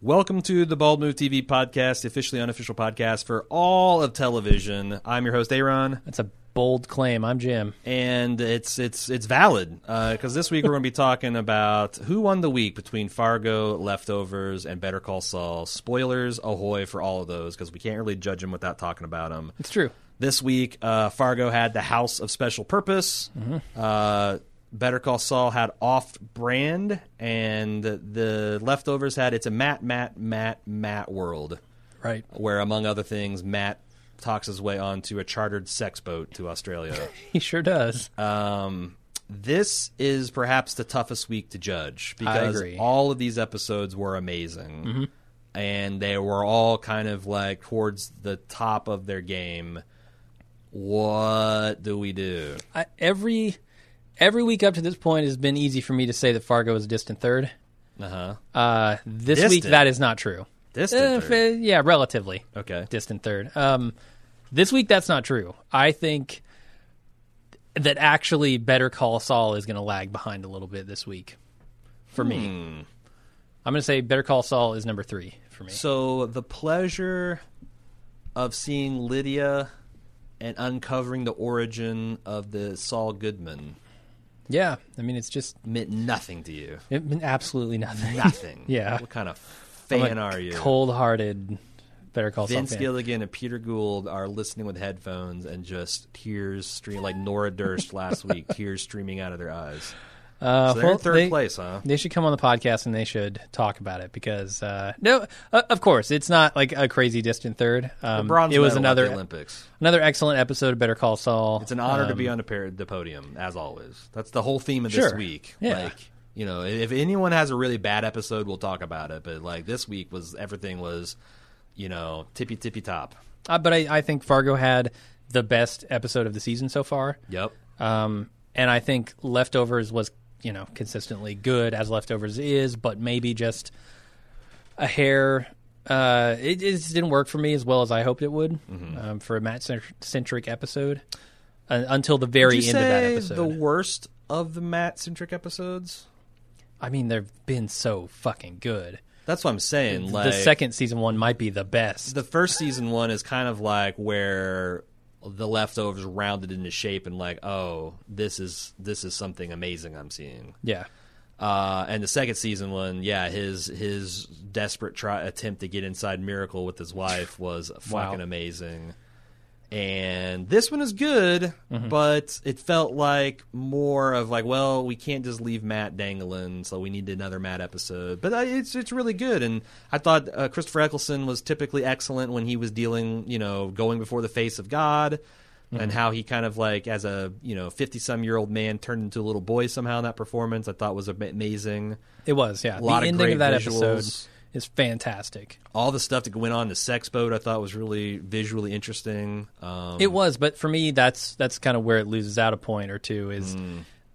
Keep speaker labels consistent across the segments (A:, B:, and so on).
A: Welcome to the Bald Move TV podcast, the officially unofficial podcast for all of television. I'm your host Aaron,
B: That's a bold claim. I'm Jim.
A: and it's it's it's valid because this week we're going to be talking about who won the week between Fargo, Leftovers, and Better Call Saul. Spoilers ahoy for all of those because we can't really judge them without talking about them.
B: It's true.
A: This week, uh, Fargo had the House of Special Purpose. Uh, Better Call Saul had Off Brand, and the Leftovers had It's a Matt, Matt, Matt, Matt World,
B: Right.
A: where among other things, Matt talks his way onto a chartered sex boat to Australia.
B: He sure does.
A: Um, this is perhaps the toughest week to judge because
B: agree.
A: all of these episodes were amazing. And they were all kind of like towards the top of their game. What do we do?
B: I, every every week up to this point has been easy for me to say that Fargo is a distant third.
A: Uh huh.
B: Uh, this week
A: Distant?
B: that is not true.
A: Distant
B: Uh,
A: third.
B: fa- yeah, relatively
A: Okay.
B: distant third. Um, this week that's not true. I think that actually Better Call Saul is going to lag behind a little bit this week for me.
A: Hmm.
B: I'm going to say Better Call Saul is number three for me.
A: So the pleasure of seeing Lydia and uncovering the origin of the Saul Goodman
B: Yeah, I mean it's just
A: meant nothing to you.
B: it, absolutely nothing.
A: Nothing.
B: Yeah.
A: What kind of
B: I'm a
A: fan are you?
B: Cold-hearted. Better call
A: Vince
B: something.
A: Gilligan and Peter Gould are listening with headphones and just tears stream like Nora Durst last week, tears streaming out of their eyes.
B: Uh,
A: So they're
B: well,
A: in third
B: they,
A: place, huh?
B: They should come on the podcast and they should talk about it because uh, no, uh, of course it's not like a crazy distant third. Um,
A: Bronze
B: it
A: medal at
B: was
A: the
B: another
A: Olympics.
B: another excellent episode of Better Call Saul. Um,
A: It's an honor to be on the, par- the podium, as always. That's the whole theme of this
B: Sure.
A: week.
B: Yeah.
A: Like, you know, if anyone has a really bad episode, we'll talk about it. But like this week was everything was, you know, tippy tippy top.
B: Uh, but I, I think Fargo had the best episode of the season so far.
A: Yep.
B: Um, and I think Leftovers was, you know, consistently good as Leftovers is, but maybe just a hair. Uh, it, it just didn't work for me as well as I hoped it would
A: Mm-hmm.
B: um, for a Matt cent- centric episode uh, until the very
A: Did you
B: end of that
A: say
B: episode.
A: the worst of the Matt centric episodes?
B: I mean, they've been so fucking good.
A: That's what I'm saying. Like
B: the second season one might be the best.
A: the first season one is kind of like where the leftovers rounded into shape and like oh this is this is something amazing i'm seeing
B: yeah.
A: uh, and the second season one yeah his his desperate try attempt to get inside miracle with his wife was fucking amazing and this one is good
B: Mm-hmm.
A: but it felt like more of like well we can't just leave matt dangling so we need another matt episode but uh, it's it's really good and i thought uh, christopher eccleston was typically excellent when he was dealing you know going before the face of god
B: Mm-hmm.
A: and how he kind of like as a you know 50 some year old man turned into a little boy somehow in that performance i thought was am- amazing
B: It was, yeah.
A: lot of
B: the ending
A: great
B: of that
A: visuals.
B: episode is fantastic.
A: all the stuff that went on in the sex boat i thought was really visually interesting um,
B: It was, but for me, that's that's kind of where it loses out a point or two. Is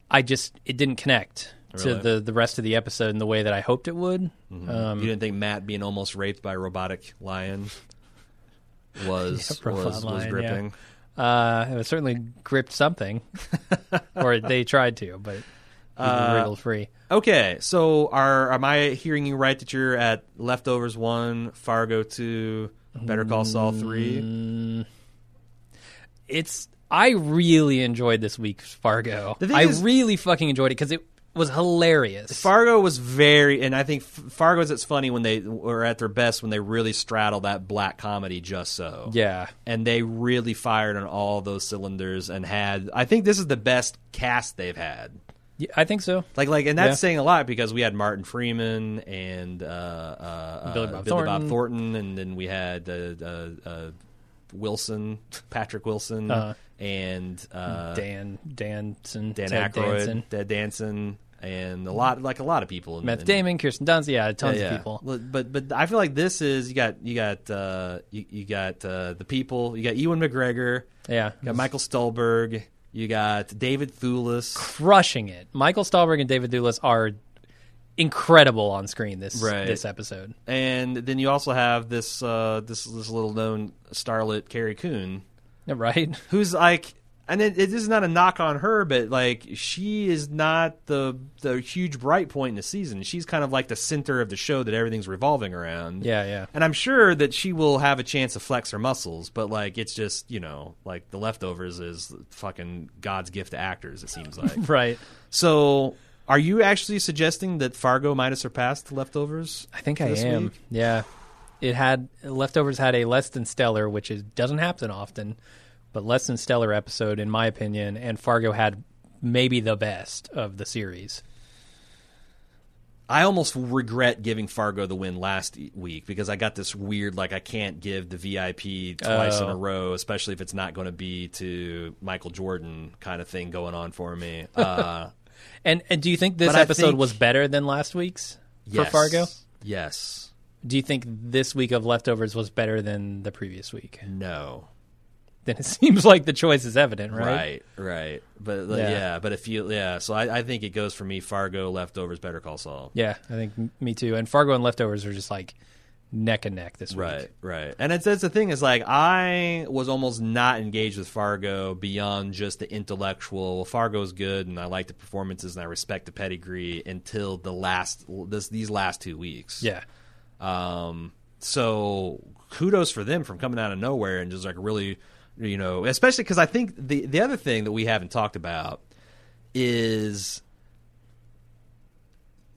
B: I just it didn't connect
A: Mm. Really? Mm-hmm.
B: to the the rest of the episode in the way that I hoped it would. Um,
A: you didn't think Matt being almost raped by a robotic lion was
B: Yeah, robot
A: was, was
B: lion,
A: gripping?
B: uh, it certainly gripped something, or they tried to, but it
A: Uh,
B: was wriggled free.
A: Okay, so are am I hearing you right that you're at Leftovers one, Fargo two, Better Call Saul
B: Mm.
A: three?
B: It's I really enjoyed this week's Fargo.
A: The thing
B: I
A: is-
B: really fucking enjoyed it because it was hilarious.
A: Fargo was very, and I think F- Fargo's it's funny when they were at their best when they really straddle that black comedy just so.
B: yeah,
A: and they really fired on all those cylinders and had. I think this is the best cast they've had.
B: Yeah, I think so.
A: Like, like, and that's
B: Yeah.
A: saying a lot because we had Martin Freeman and uh, uh,
B: Billy
A: uh,
B: Bob
A: Bob
B: Thornton.
A: Thornton, and then we had uh, uh, uh, Wilson, Patrick Wilson,
B: Uh-huh.
A: and uh,
B: Dan Danson,
A: Dan
B: Ted
A: Aykroyd,
B: Danson.
A: Ted Danson, and a lot, like a lot of people. in-
B: Matt
A: in-
B: Damon, Kirsten Dunst, yeah, tons
A: yeah,
B: of
A: yeah.
B: people.
A: Well, But but I feel like this is you got you got uh, you, you got uh, the people. You got Ewan McGregor.
B: Yeah,
A: You got Michael Stolberg. You got David Thewlis.
B: crushing it. Michael Stahlberg and David Thewlis are incredible on screen this
A: Right.
B: this episode.
A: and then you also have this uh, this this little known starlet Carrie Coon,
B: Right?
A: who's like and it, it, this is not a knock on her, but like she is not the the huge bright point in the season. She's kind of like the center of the show that everything's revolving around.
B: Yeah, yeah.
A: And I'm sure that she will have a chance to flex her muscles, but like it's just you know like the leftovers is fucking God's gift to actors. It seems like.
B: Right.
A: so, are you actually suggesting that Fargo might have surpassed the leftovers?
B: I think
A: for
B: I
A: this
B: am.
A: week?
B: Yeah. It had leftovers had a less than stellar, which is doesn't happen often, but less than stellar episode in my opinion, and Fargo had maybe the best of the series.
A: I almost regret giving Fargo the win last e- week because I got this weird like I can't give the VIP twice in a row, especially if it's not going to be to Michael Jordan kind of thing going on for me. Uh,
B: And and do you think this
A: But I
B: episode
A: think-
B: was better than last week's
A: yes.
B: for Fargo?
A: Yes.
B: Do you think this week of leftovers was better than the previous week?
A: No.
B: Then it seems like the choice is evident, right?
A: Right. Right. But like,
B: Yeah.
A: yeah. But if you yeah, so I, I think it goes for me. Fargo, leftovers, Better Call Saul.
B: Yeah, I think m- me too. And Fargo and leftovers are just like neck and neck this week.
A: Right, right. And it's that's the thing is like I was almost not engaged with Fargo beyond just the intellectual. Well, Fargo's good, and I like the performances, and I respect the pedigree until the last this these last two weeks.
B: Yeah.
A: Um. So kudos for them from coming out of nowhere and just like really, you know, especially because I think the the other thing that we haven't talked about is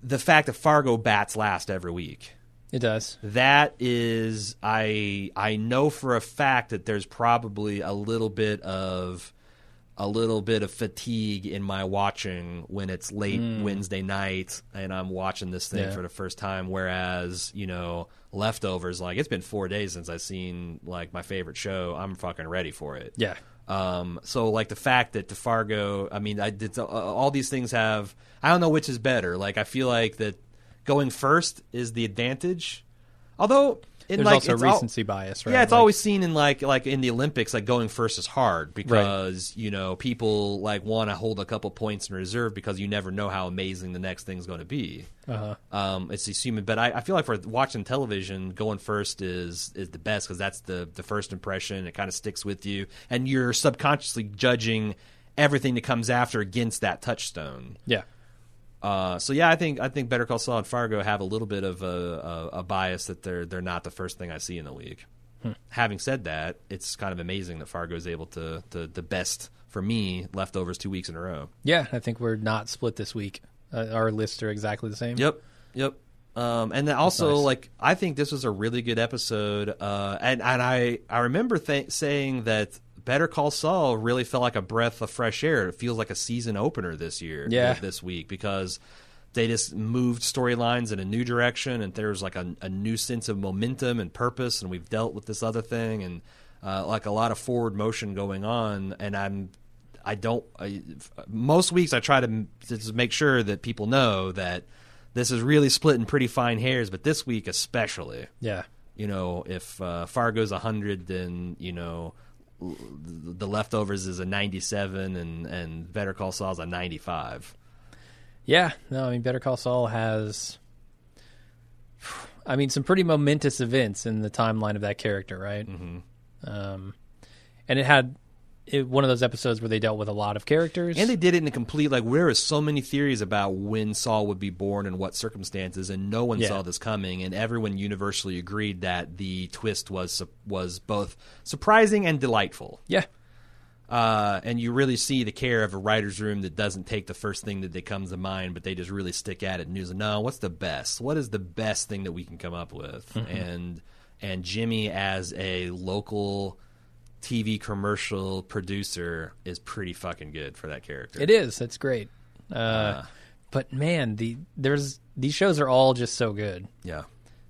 A: the fact that Fargo bats last every week
B: It does.
A: that is i i know for a fact that there's probably a little bit of a little bit of fatigue in my watching when it's late Wednesday night and I'm watching this thing
B: Yeah.
A: for the first time whereas you know leftovers like it's been 4 days since I've seen like my favorite show I'm fucking ready for it
B: Yeah.
A: um, so like the fact that DeFargo, I mean, I did uh, all these things have. I don't know which is better. Like I feel like that going first is the advantage, although in
B: There's
A: like
B: also
A: it's al-
B: recency bias, right?
A: yeah, it's
B: Like-
A: always seen in like like in the Olympics, like going first is hard because you know people like want to hold a couple points in reserve because you never know how amazing the next thing's going to be.
B: Uh-huh.
A: Um, it's assuming, but I, I feel like for watching television, going first is is the best because that's the the first impression. It kind of sticks with you, and you're subconsciously judging everything that comes after against that touchstone.
B: Yeah.
A: Uh, so yeah, I think I think Better Call Saul and Fargo have a little bit of a, a, a bias that they're they're not the first thing I see in the league. Having said that, it's kind of amazing that Fargo is able to to the best for me leftovers two weeks in a row.
B: Yeah, I think we're not split this week. Uh, our lists are exactly the same.
A: Yep, yep. Um, and then also
B: Hmm. nice.
A: like I think this was a really good episode. Uh, and and I I remember th- saying that Better Call Saul really felt like a breath of fresh air. It feels like a season opener this year.
B: Yeah.
A: this week because. They just moved storylines in a new direction, and there was like a, a new sense of momentum and purpose. And we've dealt with this other thing, and uh, like a lot of forward motion going on. And I'm I don't. I, most weeks I try to, m- to just make sure that people know that this is really splitting pretty fine hairs, but this week especially,
B: Yeah.
A: you know, if uh, Fargo's a hundred, then you know, l- the leftovers is a ninety-seven, and and Better Call Saul's a ninety-five.
B: Yeah. No, I mean, Better Call Saul has, I mean, some pretty momentous events in the timeline of that character, right? Mm-hmm. Um, and it had it, one of those episodes where they dealt with a lot of characters.
A: And they did it in a complete like there is so many theories about when Saul would be born and what circumstances, and no one
B: Yeah.
A: saw this coming, and everyone universally agreed that the twist was su- was both surprising and delightful.
B: yeah.
A: uh, and you really see the care of a writer's room that doesn't take the first thing that, that comes to mind, but they just really stick at it. And news, no, what's the best? What is the best thing that we can come up with?
B: Mm-hmm.
A: And and Jimmy as a local TV commercial producer is pretty fucking good for that character.
B: It is. It's great. Uh, but man, the there's these shows are all just so good.
A: yeah.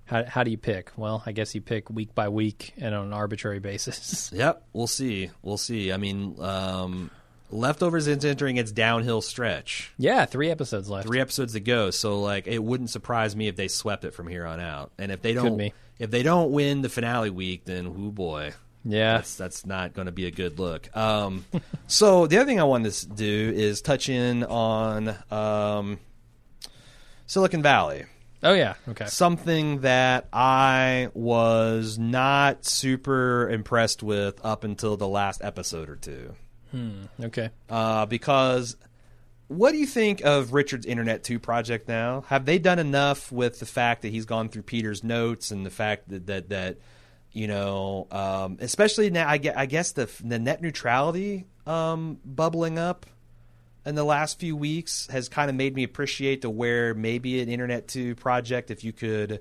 B: How how do you pick? Well, I guess you pick week by week and on an arbitrary basis.
A: Yep. We'll see. We'll see. I mean, um, leftovers is entering its downhill stretch.
B: yeah, three episodes left.
A: three episodes to go. So like, it wouldn't surprise me if they swept it from here on out. And if they don't,
B: be.
A: if they don't win the finale week, then whoo boy,
B: Yeah.
A: that's that's not going to be a good look. Um, so the other thing I wanted to s- do is touch in on um, Silicon Valley
B: Oh yeah. Okay.
A: something that I was not super impressed with up until the last episode or two.
B: Okay.
A: uh, because what do you think of Richard's Internet 2 project now? Have they done enough with the fact that he's gone through Peter's notes and the fact that that, that you know, um, especially now, I, gue- I guess the, the net neutrality um, bubbling up in the last few weeks has kind of made me appreciate to where maybe an Internet 2 project, if you could.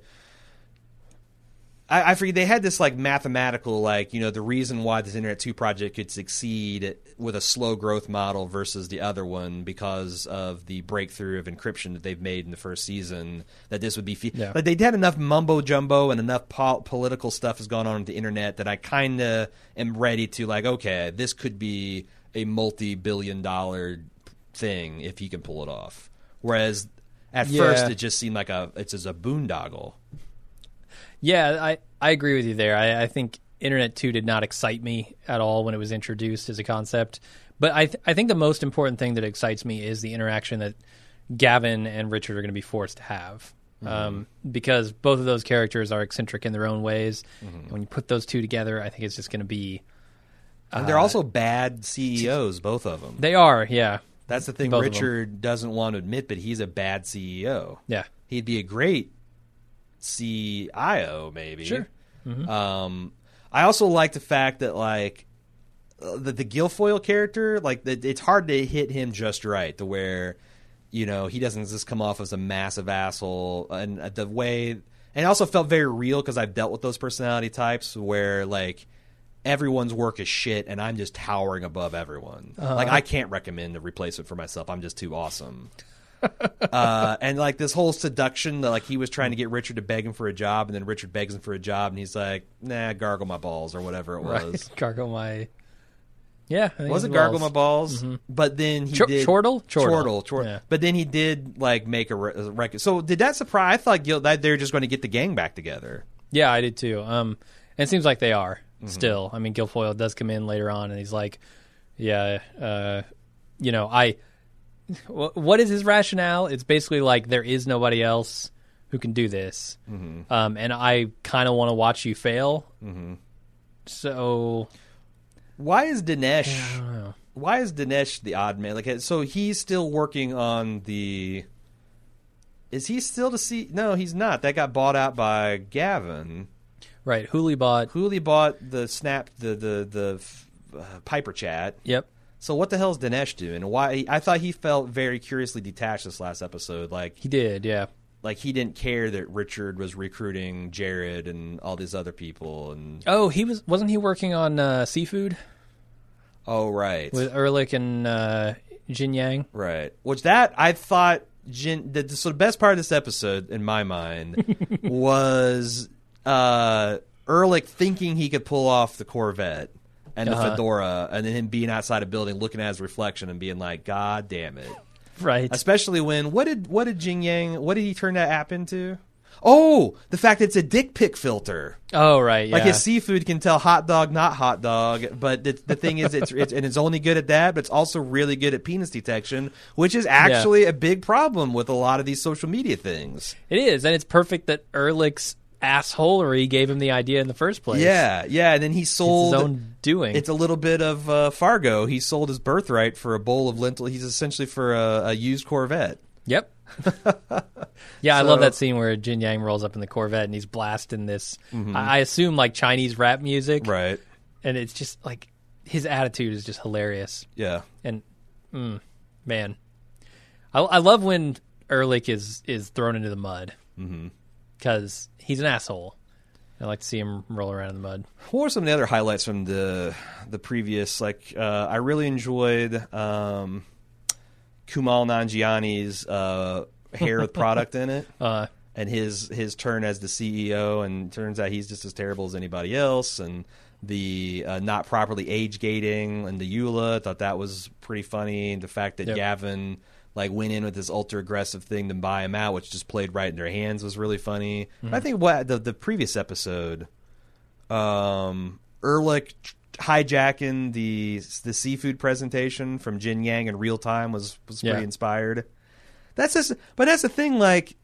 A: I, I forget they had this like mathematical like you know the reason why this Internet Two project could succeed with a slow growth model versus the other one because of the breakthrough of encryption that they've made in the first season that this would be fe-
B: Yeah.
A: like they had enough mumbo jumbo and enough po- political stuff has gone on with the internet that I kind of am ready to like okay this could be a multi billion dollar thing if he can pull it off whereas at
B: Yeah.
A: first it just seemed like a it's just a boondoggle
B: Yeah, I, I agree with you there. I, I think Internet 2 did not excite me at all when it was introduced as a concept. But I, th- I think the most important thing that excites me is the interaction that Gavin and Richard are going to be forced to have.
A: Mm-hmm.
B: Um, because both of those characters are eccentric in their own ways.
A: Mm-hmm.
B: And when you put those two together, I think it's just going to be. Uh,
A: And they're also bad CEOs, both of them.
B: They are, yeah.
A: That's the thing
B: both of 'em.
A: Richard doesn't want to admit, but he's a bad CEO.
B: Yeah.
A: He'd be a great CIO, maybe.
B: Sure. Mm-hmm.
A: Um, I also like the fact that, like, uh, the, the Guilfoyle character, like, that it's hard to hit him just right to where, you know, he doesn't just come off as a massive asshole. And uh, the way, and it also felt very real because I've dealt with those personality types where, like, everyone's work is shit and I'm just towering above everyone. Like, I can't recommend a replacement for myself. I'm just too awesome uh, and like this whole seduction that like he was trying to get Richard to beg him for a job, and then Richard begs him for a job, and he's like, "Nah, gargle my balls" or whatever it was.
B: Gargle my. Yeah. I think
A: Was
B: it's
A: it gargle my
B: balls.
A: balls? But then he
B: Mm-hmm. Chor-
A: did
B: chortle? Chortle.
A: chortle, chortle.
B: Yeah.
A: But then he did like make a re- a record. So did that surprise? I thought Gil- that they're just going to get the gang back together.
B: Yeah, I did too. Um, and it seems like they are
A: Mm-hmm.
B: still. I mean, Guilfoyle does come in later on, and he's like, "Yeah, uh, you know, I." wh- What is his rationale? It's basically like there is nobody else who can do this,
A: Mm-hmm.
B: um, and I kind of want to watch you fail. Mm-hmm. So
A: Why is Dinesh? Why is Dinesh the odd man? Like, so he's still working on the. Is he still to see? No, he's not. That got bought out by Gavin.
B: right, Hooli bought.
A: Cooley bought the snap the the the f- uh, Piper chat.
B: Yep.
A: So what the hell is Dinesh doing? And Why I thought he felt very curiously detached this last episode. Like
B: He did, yeah.
A: like he didn't care that Richard was recruiting Jared and all these other people. And
B: Oh, he was wasn't he working on uh, seafood
A: oh right,
B: with Ehrlich and uh, Jin Yang?
A: right. Which that I thought. Jin, the, so the best part of this episode, in my mind, was uh, Ehrlich thinking he could pull off the Corvette and the
B: Uh-huh.
A: fedora, and then him being outside a building, looking at his reflection, and being like, "God damn it!"
B: Right.
A: Especially when what did what did Jing Yang what did he turn that app into? Oh, the fact that it's a dick pic filter.
B: Oh, right. Yeah.
A: Like his seafood can tell hot dog not hot dog, but the, the thing is, it's, it's and it's only good at that, but it's also really good at penis detection, which is actually a big problem with a lot of these social media things.
B: It is, and it's perfect that Ehrlich's assholery gave him the idea in the first place.
A: Yeah, yeah, and then he
B: it's his
A: sold.
B: own doing.
A: It's a little bit of uh, Fargo. He sold his birthright for a bowl of lentil. He's essentially for a, a used Corvette.
B: yep. yeah, I love
A: So-
B: that scene where Jin Yang rolls up in the Corvette and he's blasting this. I I assume like Chinese rap music,
A: Mm-hmm. Right.
B: and it's just like his attitude is just hilarious.
A: Yeah.
B: And mm, man, I, I love when Ehrlich is is thrown into the mud
A: Mm-hmm.
B: because he's an asshole. I like to see him roll around in the mud.
A: What were some of the other highlights from the the previous? Like, uh, I really enjoyed um, Kumal Nanjiani's uh, hair with product in it,
B: Uh,
A: and his his turn as the CEO. And turns out he's just as terrible as anybody else. And the uh, not properly age gating and the Eula I thought that was pretty funny. And the fact that
B: Yep.
A: Gavin like went in with this ultra aggressive thing to buy him out, which just played right in their hands, was really funny.
B: Mm-hmm.
A: I think what the the previous episode um, Ehrlich hijacking the the seafood presentation from Jin Yang in real time was was
B: Yeah.
A: pretty inspired. That's just, but that's the thing. Like,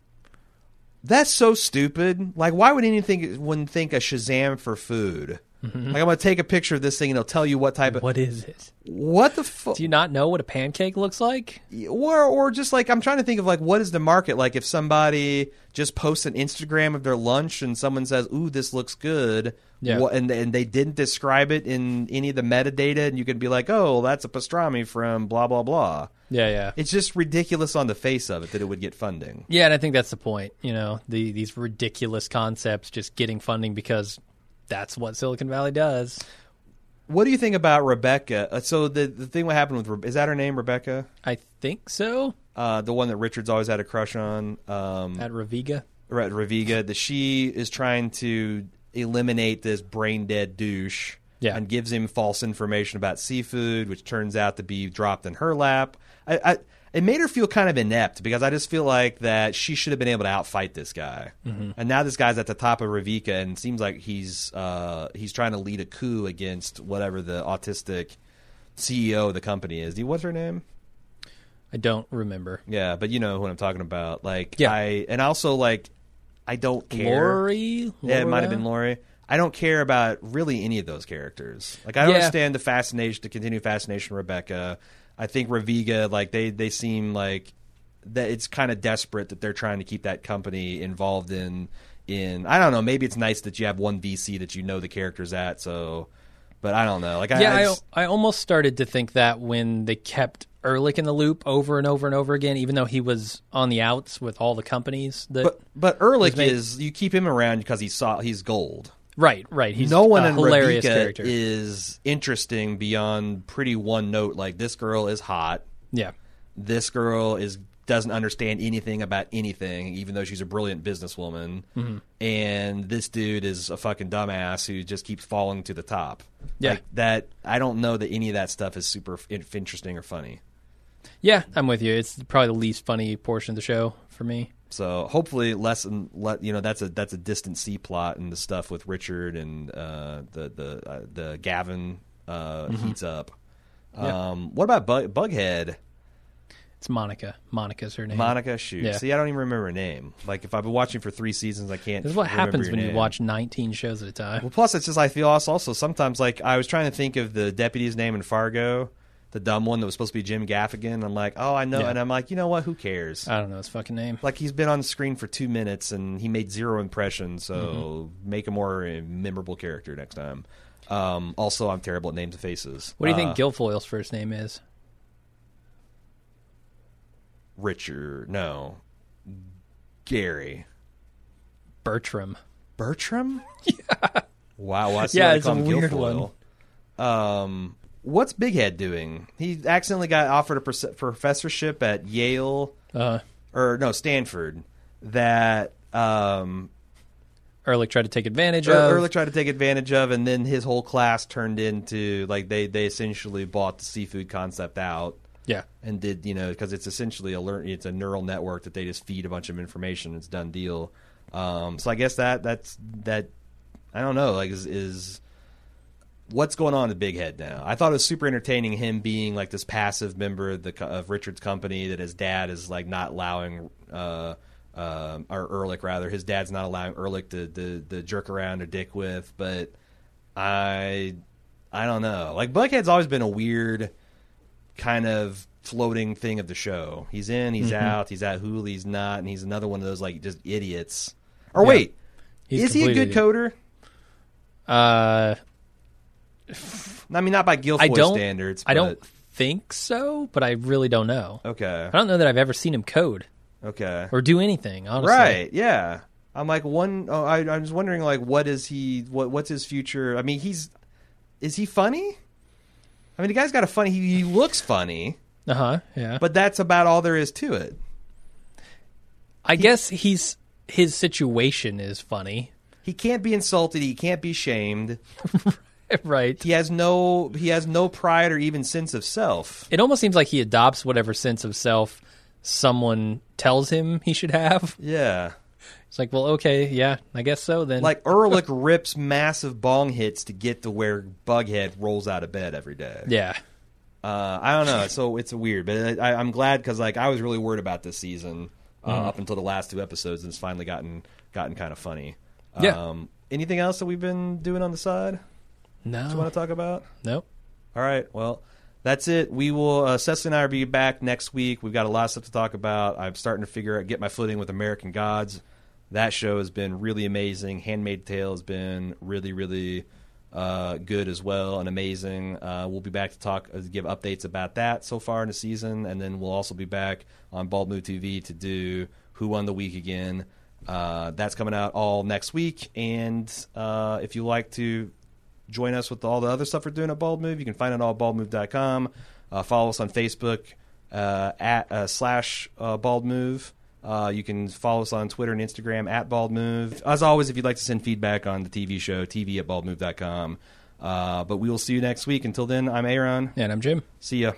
A: that's so stupid. Like, why would anything one think a Shazam for food? Like I'm gonna take a picture of this thing and it'll tell you what type of
B: What is it?
A: what the fuck
B: Do you not know what a pancake looks like?
A: or or just like I'm trying to think of like what is the market like if somebody just posts an Instagram of their lunch and someone says ooh this looks good
B: Yeah.
A: what, and and they didn't describe it in any of the metadata and you could be like oh well, that's a pastrami from blah blah blah
B: Yeah, yeah.
A: it's just ridiculous on the face of it that it would get funding
B: Yeah, and I think that's the point. You know, the these ridiculous concepts just getting funding because that's what Silicon Valley does.
A: what do you think about Rebecca Uh, so the the thing what happened with Re- is that her name Rebecca
B: I think so.
A: uh, the one that Richard's always had a crush on um,
B: At Raviga.
A: right, Raviga, that she is trying to eliminate this brain dead douche
B: Yeah.
A: and gives him false information about seafood, which turns out to be dropped in her lap. I, I, it made her feel kind of inept because I just feel like that she should have been able to outfight this guy,
B: Mm-hmm.
A: and now this guy's at the top of Ravika and seems like he's uh, he's trying to lead a coup against whatever the autistic CEO of the company is. Do you- What's her name?
B: I don't remember.
A: Yeah, but you know what I'm talking about. Like,
B: Yeah.
A: I and also like, I don't care.
B: Lori?
A: Yeah, it might have been
B: Laura?
A: Lori. I don't care about really any of those characters. Like I don't
B: Yeah.
A: understand the fascination, the continued fascination, with Rebecca. I think Raviga, like they they seem like that it's kind of desperate that they're trying to keep that company involved in in I don't know. Maybe it's nice that you have one VC that you know the characters at. So, but I don't know. Like I,
B: Yeah,
A: I
B: I,
A: just-
B: I almost started to think that when they kept Ehrlich in the loop over and over and over again, even though he was on the outs with all the companies. That
A: but but Ehrlich
B: made-
A: is you keep him around because he's saw he's gold.
B: right, right. He's
A: no one
B: a
A: in
B: hilarious
A: Rebecca
B: character.
A: is interesting beyond pretty one note. Like this girl is hot.
B: yeah,
A: This girl is doesn't understand anything about anything, even though she's a brilliant businesswoman. And this dude is a fucking dumbass who just keeps falling to the top.
B: Yeah.
A: like that. I don't know that any of that stuff is super f- interesting or funny.
B: yeah. I'm with you. It's probably the least funny portion of the show for me.
A: So hopefully, less and let you know that's a that's a distant C plot, and the stuff with Richard and uh, the the uh, the Gavin uh, heats up. Um, What about Bug, Bughead?
B: It's Monica. Monica's her name.
A: Monica, shoot.
B: Yeah.
A: See, I don't even remember her name. Like, if I've been watching for three seasons, I can't.
B: This is what
A: remember
B: happens
A: your
B: when you
A: name.
B: watch 19 shows at a time.
A: Well, plus it's just I feel also, also sometimes like I was trying to think of the deputy's name in Fargo, the dumb one that was supposed to be Jim Gaffigan. I'm like, oh, I know,
B: Yeah. Uh,
A: and I'm like, you know what? Who cares?
B: I don't know his fucking name.
A: like he's been on screen for two minutes and he made zero impression. So
B: Mm-hmm.
A: make a more uh, memorable character next time. Um, also, I'm terrible at names and faces.
B: What do you think
A: Uh,
B: Guilfoyle's first name is?
A: Richard? No, Gary
B: Bertram.
A: Bertram. yeah. Wow. Well, I see
B: Yeah,
A: why they
B: it's
A: call
B: a
A: him
B: weird
A: Guilfoyle. Um, what's Big Head doing? He accidentally got offered a pros- professorship at Yale
B: Uh,
A: or no Stanford. That um,
B: Ehrlich tried to take advantage
A: Er-
B: of.
A: Ehrlich tried to take advantage of, and then his whole class turned into like they they essentially bought the seafood concept out
B: Yeah.
A: and did you know because it's essentially a learn it's a neural network that they just feed a bunch of information. It's done deal. Um, so I guess that that's that. I don't know. Like is, is what's going on in Big Head now? I thought it was super entertaining him being like this passive member of the co- of Richard's company that his dad is like not allowing uh um or Ehrlich rather his dad's not allowing Ehrlich to the the jerk around or dick with, but I I don't know. Like Buckhead's always been a weird kind of floating thing of the show. He's in, he's
B: Mm-hmm.
A: out, he's at Hulu, he's not, and he's another one of those like just idiots. Or
B: Yeah.
A: wait,
B: He's
A: is he a
B: completely-
A: good coder?
B: Uh,
A: I mean, not by
B: I
A: Guilfoyle
B: don't.
A: standards.
B: I don't
A: but-
B: think so, but I really don't know.
A: Okay.
B: I don't know that I've ever seen him code
A: Okay.
B: or do anything. Honestly,
A: Right. Yeah. I'm like one. Oh, I, I was wondering like what is he? What what's his future? I mean, he's is he funny? I mean, the guy's got a funny. He, he looks funny,
B: Uh huh. Yeah.
A: but that's about all there is to it.
B: I guess he's his situation is funny,
A: He can't be insulted. He can't be shamed.
B: right?
A: He has no. He has no pride or even sense of self.
B: It almost seems like he adopts whatever sense of self someone tells him he should have.
A: Yeah.
B: It's like, well, okay, yeah, I guess so then.
A: Like Ehrlich rips massive bong hits to get to where Bughead rolls out of bed every day.
B: yeah.
A: Uh, I don't know. So it's weird, but I, I'm glad because like I was really worried about this season uh, up until the last two episodes, and it's finally gotten gotten kind of funny.
B: Yeah.
A: Um, anything else that we've been doing on the side? you want
B: No.
A: to talk about?
B: Nope.
A: All right. Well, that's it. We will. Uh, Cecily and I will be back next week. We've got a lot of stuff to talk about. I'm starting to figure out get my footing with American Gods. That show has been really amazing. Handmade Tale has been really, really uh, good as well and amazing. Uh, we'll be back to talk, uh, give updates about that so far in the season, and then we'll also be back on Bald Move TV to do Who Won the Week again. Uh, that's coming out all next week, and uh, if you like to join us with all the other stuff we're doing at Bald Move. You can find it all at baldmove.com. Uh, follow us on Facebook uh, at uh, slash uh, Bald Move. Uh, you can follow us on Twitter and Instagram at Bald Move. As always, if you'd like to send feedback on the TV show, TV at baldmove.com. Uh, but we will see you next week. Until then, I'm Aaron.
B: And I'm Jim.
A: See ya.